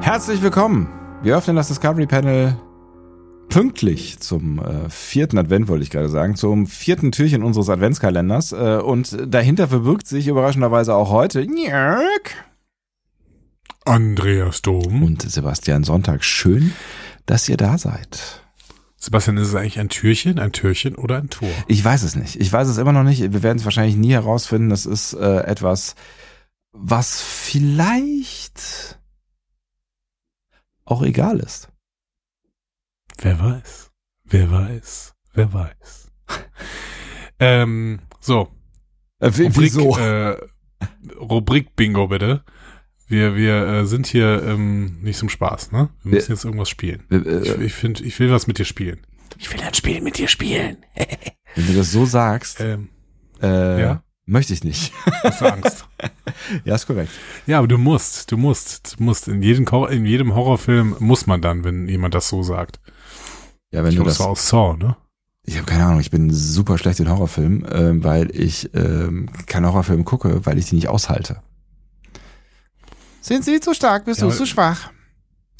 Herzlich willkommen. Wir öffnen das Discovery Panel pünktlich zum äh, vierten Advent, wollte ich gerade sagen, zum vierten Türchen unseres Adventskalenders. Äh, und dahinter verbirgt sich überraschenderweise auch heute Njörg Andreas Dom. und Sebastian Sonntag. Schön, dass ihr da seid. Sebastian, ist es eigentlich ein Türchen, ein Türchen oder ein Tor? Ich weiß es nicht. Ich weiß es immer noch nicht. Wir werden es wahrscheinlich nie herausfinden. Das ist äh, etwas, was vielleicht auch egal ist. Wer weiß? Wer weiß? Wer weiß? ähm, so. Äh, w- Äh, Rubrik Bingo bitte. Wir, wir äh, sind hier ähm, nicht zum Spaß, ne? Wir Wir- müssen jetzt irgendwas spielen. Äh, äh, Ich, ich, find, ich will was mit dir spielen. Ich will ein Spiel mit dir spielen. Wenn du das so sagst, Ähm, äh, ja. möchte ich nicht. hast du Angst? ja, ist korrekt. Ja, aber du musst, du musst, du musst. In jedem, Hor- in jedem Horrorfilm muss man dann, wenn jemand das so sagt. Ja, wenn Ich du glaube, das. es war aus Saw, ne? Ich habe keine Ahnung, ich bin super schlecht in Horrorfilmen, ähm, weil ich ähm, keine Horrorfilme gucke, weil ich die nicht aushalte. Sind sie zu stark? Bist Ja, du aber- zu schwach?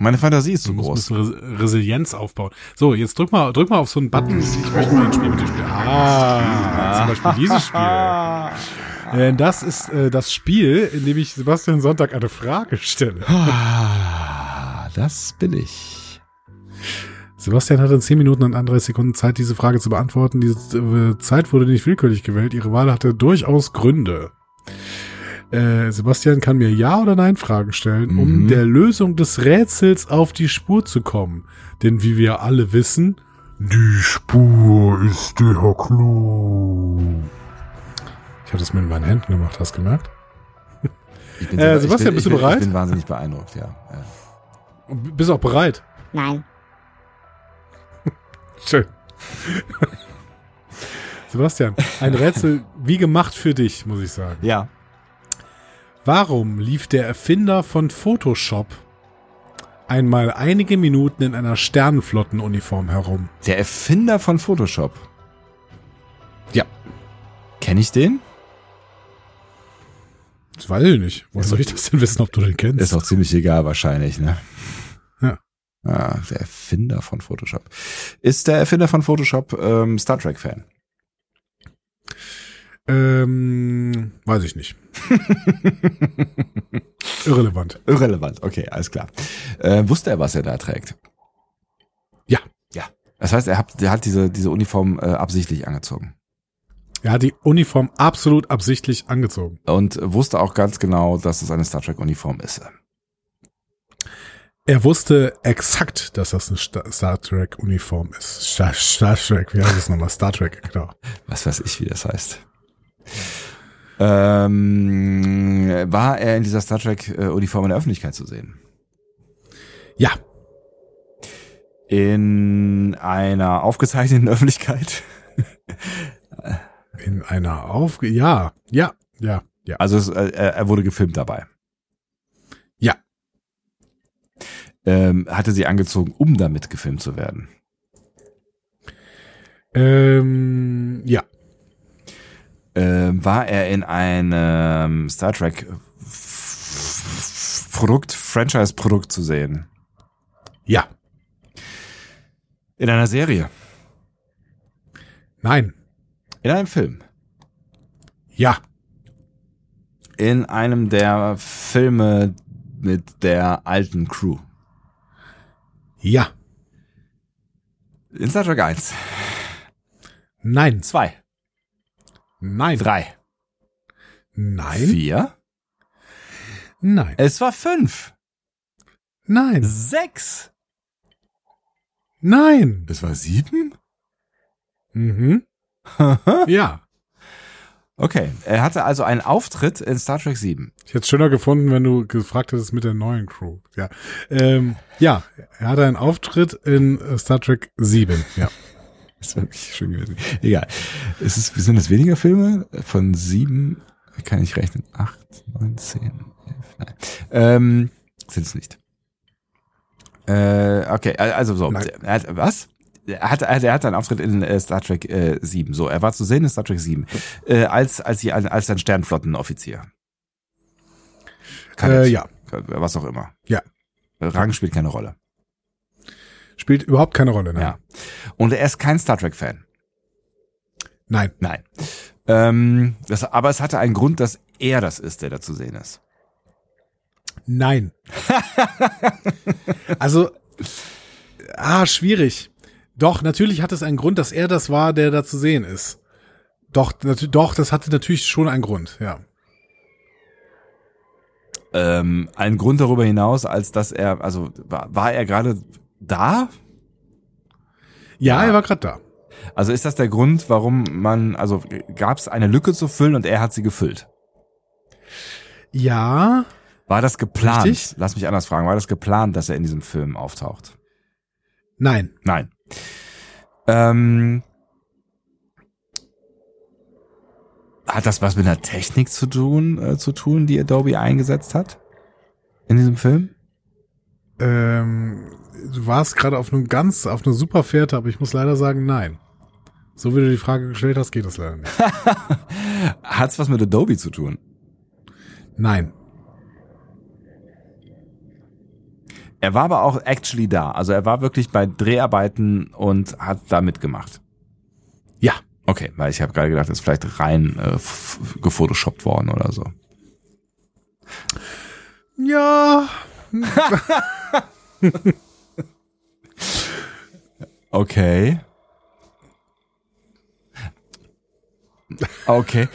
Meine Fantasie ist Du zu musst groß. ein bisschen Res Resilienz aufbauen. So, jetzt drück mal, drück mal auf so einen Button. Ich möchte mal ein Spiel mit dir spielen. Ah, zum Beispiel dieses Spiel. Äh, Das ist äh, das Spiel, in dem ich Sebastian Sonntag eine Frage stelle. Ah, das bin ich. Sebastian hatte 10 Minuten und 31 Sekunden Zeit, diese Frage zu beantworten. Diese äh, Zeit wurde nicht willkürlich gewählt. Ihre Wahl hatte durchaus Gründe. Äh, Sebastian kann mir Ja- oder Nein-Fragen stellen, um Mhm. der Lösung des Rätsels auf die Spur zu kommen. Denn wie wir alle wissen, die Spur ist der Clou. Ich habe das mit meinen Händen gemacht, hast du gemerkt? ich bin Äh, Sebastian, ich bin, bist ich du bin, bereit? Ich bin wahnsinnig beeindruckt, ja. ja. Und Bist auch bereit? Nein. Schön. Sebastian, ein Rätsel wie gemacht für dich, muss ich sagen. Ja. Warum lief der Erfinder von Photoshop einmal einige Minuten in einer Sternenflottenuniform herum? Der Erfinder von Photoshop. Ja. Kenne ich den? Das weiß ich nicht. Woher soll ich das denn wissen, ob du den kennst? Ist auch ziemlich egal wahrscheinlich, ne? Ja. Ah, der Erfinder von Photoshop. Ist der Erfinder von Photoshop ähm, Star Trek-Fan? ähm, weiß ich nicht. Irrelevant. Irrelevant, okay, alles klar. Äh, wusste er, was er da trägt? Ja. Ja. Das heißt, er hat, er hat diese, diese Uniform äh, absichtlich angezogen. Er hat die Uniform absolut absichtlich angezogen. Und wusste auch ganz genau, dass es eine Star Trek-Uniform ist. Er wusste exakt, dass das eine Sta- Star Trek Uniform ist. Star, Star Trek, wie heißt das nochmal? Star Trek, genau. Was weiß ich, wie das heißt. Ähm, war er in dieser Star Trek-Uniform in der Öffentlichkeit zu sehen? Ja, in einer aufgezeichneten Öffentlichkeit. in einer Aufge... Ja, ja, ja, ja. Also es, äh, er wurde gefilmt dabei. Ja. Ähm, hatte sie angezogen, um damit gefilmt zu werden. Ähm, ja. Ähm, war er in einem Star Trek F- Produkt, Franchise-Produkt zu sehen? Ja. In einer Serie? Nein. In einem Film? Ja. In einem der Filme mit der alten Crew? Ja. In Star Trek 1? Nein. 2? Nein. 3? Nein. 4? Nein. Es war 5? Nein. Sechs. Nein. Es war sieben? Mhm. ja. Okay, er hatte also einen Auftritt in Star Trek 7. Ich hätte es schöner gefunden, wenn du gefragt hättest mit der neuen Crew. Ja, ähm, ja er hatte einen Auftritt in äh, Star Trek 7. Ja. Das wäre wirklich schön gewesen. Egal. Es ist, sind es weniger Filme? Von sieben kann ich rechnen. Acht, neun, zehn, elf, nein. Ähm, sind es nicht. Äh, okay, also so. Nein. Er hat, was? Er hat, er hat einen Auftritt in äh, Star Trek äh, 7. So, er war zu sehen in Star Trek 7. Äh, als, als, die, als ein Sternflottenoffizier. Äh, Kadett. ja. Was auch immer. Ja. Rang spielt keine Rolle. Spielt überhaupt keine Rolle. Nein. Ja. Und er ist kein Star Trek-Fan. Nein. Nein. Ähm, das, aber es hatte einen Grund, dass er das ist, der da zu sehen ist. Nein. also, ah, schwierig. Doch, natürlich hat es einen Grund, dass er das war, der da zu sehen ist. Doch, natu- doch, das hatte natürlich schon einen Grund, ja. Ähm, ein Grund darüber hinaus, als dass er, also war, war er gerade da? Ja, Ja. er war gerade da. Also ist das der Grund, warum man, also gab es eine Lücke zu füllen und er hat sie gefüllt? Ja, War das geplant? Richtig. Lass mich anders fragen. War das geplant, dass er in diesem Film auftaucht? nein. Nein. Ähm, hat das was mit einer Technik zu tun, äh, zu tun, die Adobe eingesetzt hat? In diesem Film? Ähm, du warst gerade auf einem ganz, auf einer super Fährte, aber ich muss leider sagen, nein. So wie du die Frage gestellt hast, geht das leider nicht. Hat es was mit Adobe zu tun? Nein. Er war aber auch actually da. Also er war wirklich bei Dreharbeiten und hat da mitgemacht. Ja. Okay, weil ich habe gerade gedacht, das ist vielleicht rein äh, f- gefotoshoppt worden oder so. Ja. Okay. Okay.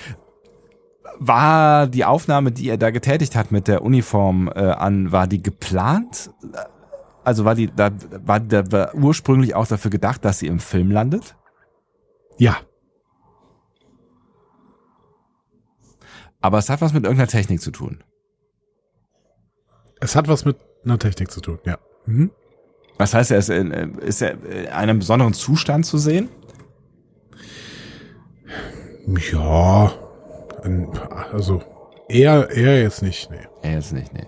War die Aufnahme, die er da getätigt hat mit der Uniform äh, an, war die geplant? Also war die da war, da war ursprünglich auch dafür gedacht, dass sie im Film landet? Ja. Aber es hat was mit irgendeiner Technik zu tun. Es hat was mit einer Technik zu tun, ja. Mhm. Was heißt, er ist, in, äh, ist er in einem besonderen Zustand zu sehen? Ja, ähm, also er, er jetzt nicht, nee. Er jetzt nicht, nee.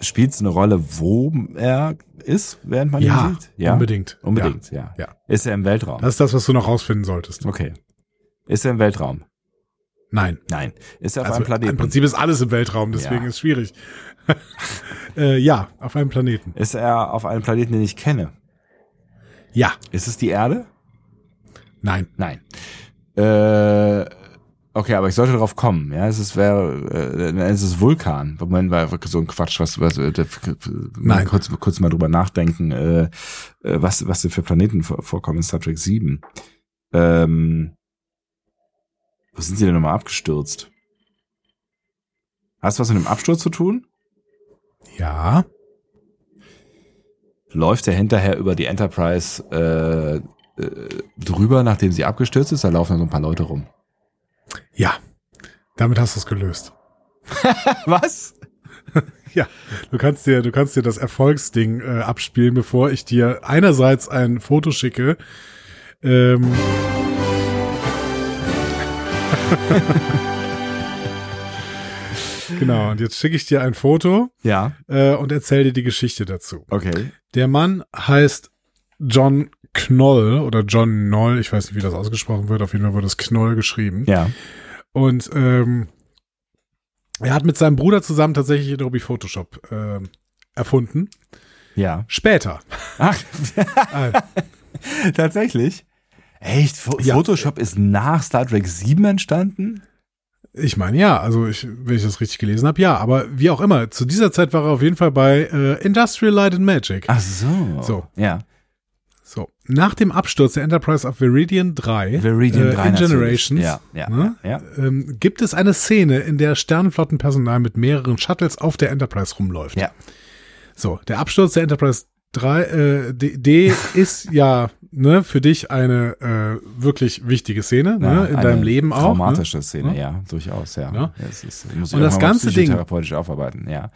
Spielt es eine Rolle, wo er ist, während man Ja, ihn sieht? Ja, unbedingt. Unbedingt, ja. Ja. Also- Ist er im Weltraum? Das ist das, was du noch rausfinden solltest. Okay. Ist er im Weltraum? Nein. Nein. Ist er auf Also einem Planeten? Im Prinzip ist alles im Weltraum, deswegen Ja. ist schwierig. äh, ja, auf einem Planeten. ist er auf einem Planeten, den ich kenne? Ja, Ist es die Erde? nein. Nein. Äh, okay, aber ich sollte darauf kommen. Ja, es ist, wäre, äh, nein, es ist Vulkan. Moment, war wirklich so ein Quatsch. Was, was, äh, der- Nein. Kurz, kurz mal drüber nachdenken, äh, äh, was, was denn für Planeten vor- vorkommen in Star Trek 7. Ähm, wo sind sie denn nochmal abgestürzt? Hast du was mit dem Absturz zu tun? Ja, läuft er hinterher über die Enterprise äh, äh, drüber, nachdem sie abgestürzt ist. Da laufen dann so ein paar Leute rum. ja. Damit hast du es gelöst. Was? Ja, du kannst dir, du kannst dir das Erfolgsding äh, abspielen, bevor ich dir einerseits ein Foto schicke. Ähm, genau, und jetzt schicke ich dir ein Foto Ja. äh, und erzähle dir die Geschichte dazu. Okay. Der Mann heißt John Knoll oder John Knoll, ich weiß nicht, wie das ausgesprochen wird, auf jeden Fall wird es Knoll geschrieben. Ja. Und ähm, er hat mit seinem Bruder zusammen tatsächlich Adobe Photoshop äh, erfunden. Ja. Später. Ach, Äh, tatsächlich? Echt? Fo Ja. Photoshop ist nach Star Trek 7 entstanden? ich meine, ja, also ich, wenn ich das richtig gelesen habe, ja. Aber wie auch immer, zu dieser Zeit war er auf jeden Fall bei äh, Industrial Light and Magic. Ach so. So. Ja. So, nach dem Absturz der Enterprise auf Viridian 3, Viridian 3 Äh, in natürlich. Generations, Ja, ja, ne, ja, ja. Ähm, gibt es eine Szene, in der Sternenflottenpersonal mit mehreren Shuttles auf der Enterprise rumläuft. Ja. So, der Absturz der Enterprise drei, äh, D, D ist ja ne, für dich eine äh, wirklich wichtige Szene, Ja, ne, in eine deinem Leben auch. Traumatische ne? Szene, Ne? ja, durchaus, ja. Ja. Ja, es ist, muss Und ich das auch mal ganze Ding- psychotherapeutisch aufarbeiten, ja.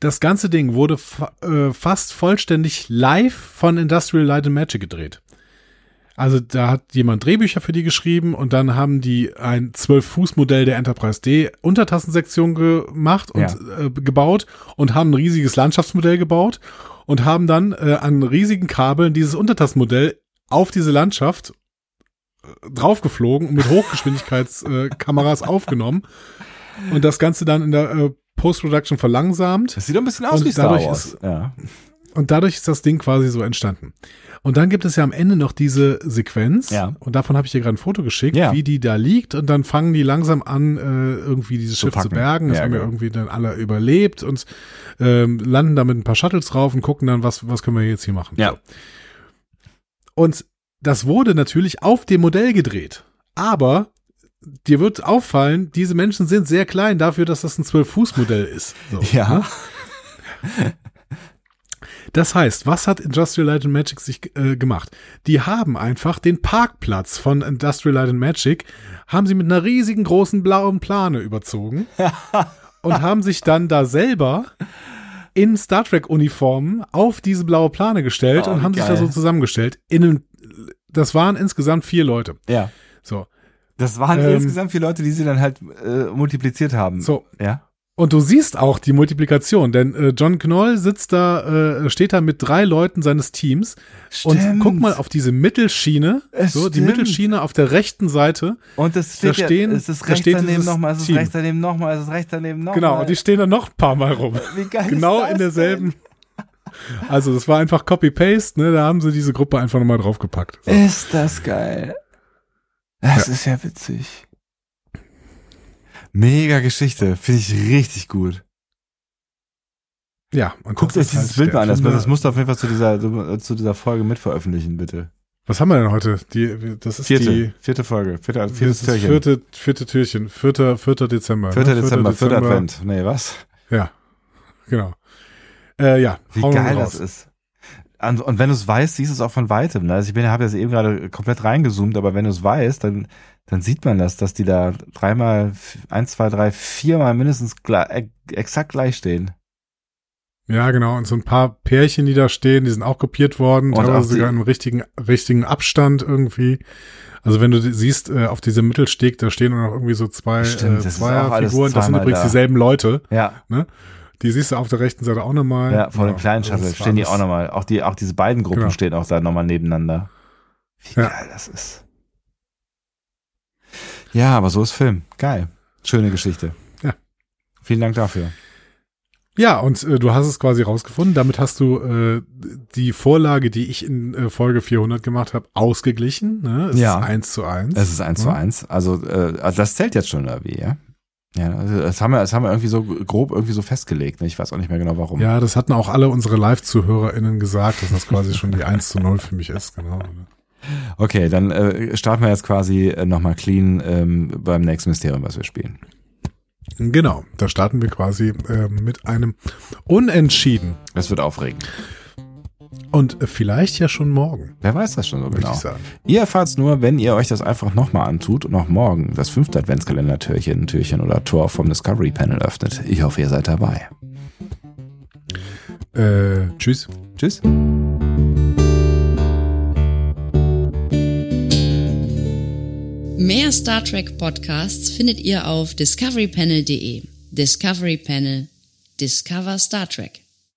Das ganze Ding wurde fa äh, fast vollständig live von Industrial Light and Magic gedreht. Also da hat jemand Drehbücher für die geschrieben und dann haben die ein 12-Fuß-Modell der Enterprise D Untertassensektion gemacht und Ja. äh, gebaut und haben ein riesiges Landschaftsmodell gebaut und haben dann äh, an riesigen Kabeln dieses Untertassenmodell auf diese Landschaft äh, draufgeflogen und mit Hochgeschwindigkeitskameras äh, Kameras aufgenommen und das Ganze dann in der äh, Post-Production verlangsamt Das sieht doch ein bisschen aus Und wie Star dadurch Wars. ist- ja. und dadurch ist das Ding quasi so entstanden. Und dann gibt es ja am Ende noch diese Sequenz. Ja. Und davon habe ich dir gerade ein Foto geschickt, Ja. wie die da liegt. Und dann fangen die langsam an, äh, irgendwie dieses Schiff zu packen. bergen. Das Ja, haben ja genau. irgendwie dann alle überlebt und ähm, landen damit ein paar Shuttles drauf und gucken dann, was, was können wir jetzt hier machen. Ja. Und das wurde natürlich auf dem Modell gedreht. Aber dir wird auffallen, diese Menschen sind sehr klein dafür, dass das ein 12-Fuß-Modell ist. So, Ja. ne? Das heißt, was hat Industrial Light and Magic sich äh, gemacht? Die haben einfach den Parkplatz von Industrial Light and Magic, haben sie mit einer riesigen großen blauen Plane überzogen und haben sich dann da selber in Star Trek Uniformen auf diese blaue Plane gestellt Oh, und haben wie sich da geil. so zusammengestellt. In einem, das waren insgesamt vier Leute. ja. So. Das waren Ähm, insgesamt viele Leute, die sie dann halt äh, multipliziert haben. So. Ja. Und du siehst auch die Multiplikation, denn äh, John Knoll sitzt da, äh, steht da mit drei Leuten seines Teams und Stimmt. guck mal auf diese Mittelschiene, Es so die stimmt. Mittelschiene auf der rechten Seite. Und das Da steht ja- stehen- es ist da rechts steht daneben dieses nochmal, es ist Team. rechts daneben nochmal, es ist rechts daneben nochmal. Genau, und die stehen da noch ein paar Mal rum. Wie geil ist Genau das in derselben. Also das war einfach Copy-Paste, ne? Da haben sie diese Gruppe einfach nochmal draufgepackt. So. Denn? Ist das geil. Das ist ja witzig. Mega Geschichte, finde ich richtig gut. Ja, und Guckt das euch ist dieses halt Bild der mal an, das, Erfinder- das musst du auf jeden Fall zu dieser, zu dieser Folge mit veröffentlichen, bitte. Was haben wir denn heute? Die, das ist Vierte, die vierte Folge, vierte, das viertes ist das Türchen. vierte, vierte Türchen, vierter, vierter Dezember. ne? Vierter Dezember, vierter Advent. Nee, was? Ja, genau. Äh, ja, Wie hauen wir geil raus. das ist. An- Und wenn du es weißt, siehst du es auch von weitem. ne? Also ich bin, habe jetzt eben gerade komplett reingezoomt, aber wenn du es weißt, dann, dann sieht man das, dass die da dreimal, f- eins, zwei, drei, viermal mindestens gla- e- exakt gleich stehen. Ja, genau. Und so ein paar Pärchen, die da stehen, die sind auch kopiert worden, Und auch teilweise die- sogar im richtigen, richtigen Abstand irgendwie. Also wenn du die- siehst, äh, auf diesem Mittelsteg, da stehen noch irgendwie so zwei Stimmt, äh, das ist auch alles Zweierfiguren. Das sind zweimal übrigens da. dieselben Leute. Ja, Die siehst du auf der rechten Seite auch nochmal. ja, vor dem kleinen also Shuttle das war stehen die alles- auch nochmal. Auch die, auch diese beiden Gruppen Genau. stehen auch da nochmal nebeneinander. Wie Ja. geil das ist. Ja, aber so ist Film. Geil. Schöne Geschichte. Ja. Vielen Dank dafür. Ja, und äh, du hast es quasi rausgefunden. Damit hast du äh, die Vorlage, die ich in äh, Folge 400 gemacht habe, ausgeglichen. Ne? Es Ja. ist eins zu eins. Es ist eins zu Ja. eins. Also, äh, also das zählt jetzt schon irgendwie, ja? Ja, also das haben wir, das haben wir irgendwie so grob irgendwie so festgelegt. Ne? Ich weiß auch nicht mehr genau warum. Ja, das hatten auch alle unsere Live-ZuhörerInnen gesagt, dass das quasi schon die 1 zu 0 für mich ist, genau. Okay, dann äh, starten wir jetzt quasi äh, nochmal clean ähm, beim nächsten Mysterium, was wir spielen. Genau, da starten wir quasi äh, mit einem Unentschieden. Das wird aufregend. Und äh, vielleicht ja schon morgen, Wer weiß das schon so würde genau? ich sagen. Ihr erfahrt es nur, wenn ihr euch das einfach nochmal antut und auch morgen das fünfte Adventskalender-Türchen, Türchen oder Tor vom Discovery Panel öffnet. Ich hoffe, ihr seid dabei. Äh, tschüss. Tschüss. Mehr Star Trek Podcasts findet ihr auf discoverypanel.de. Discovery Panel. Discover Star Trek.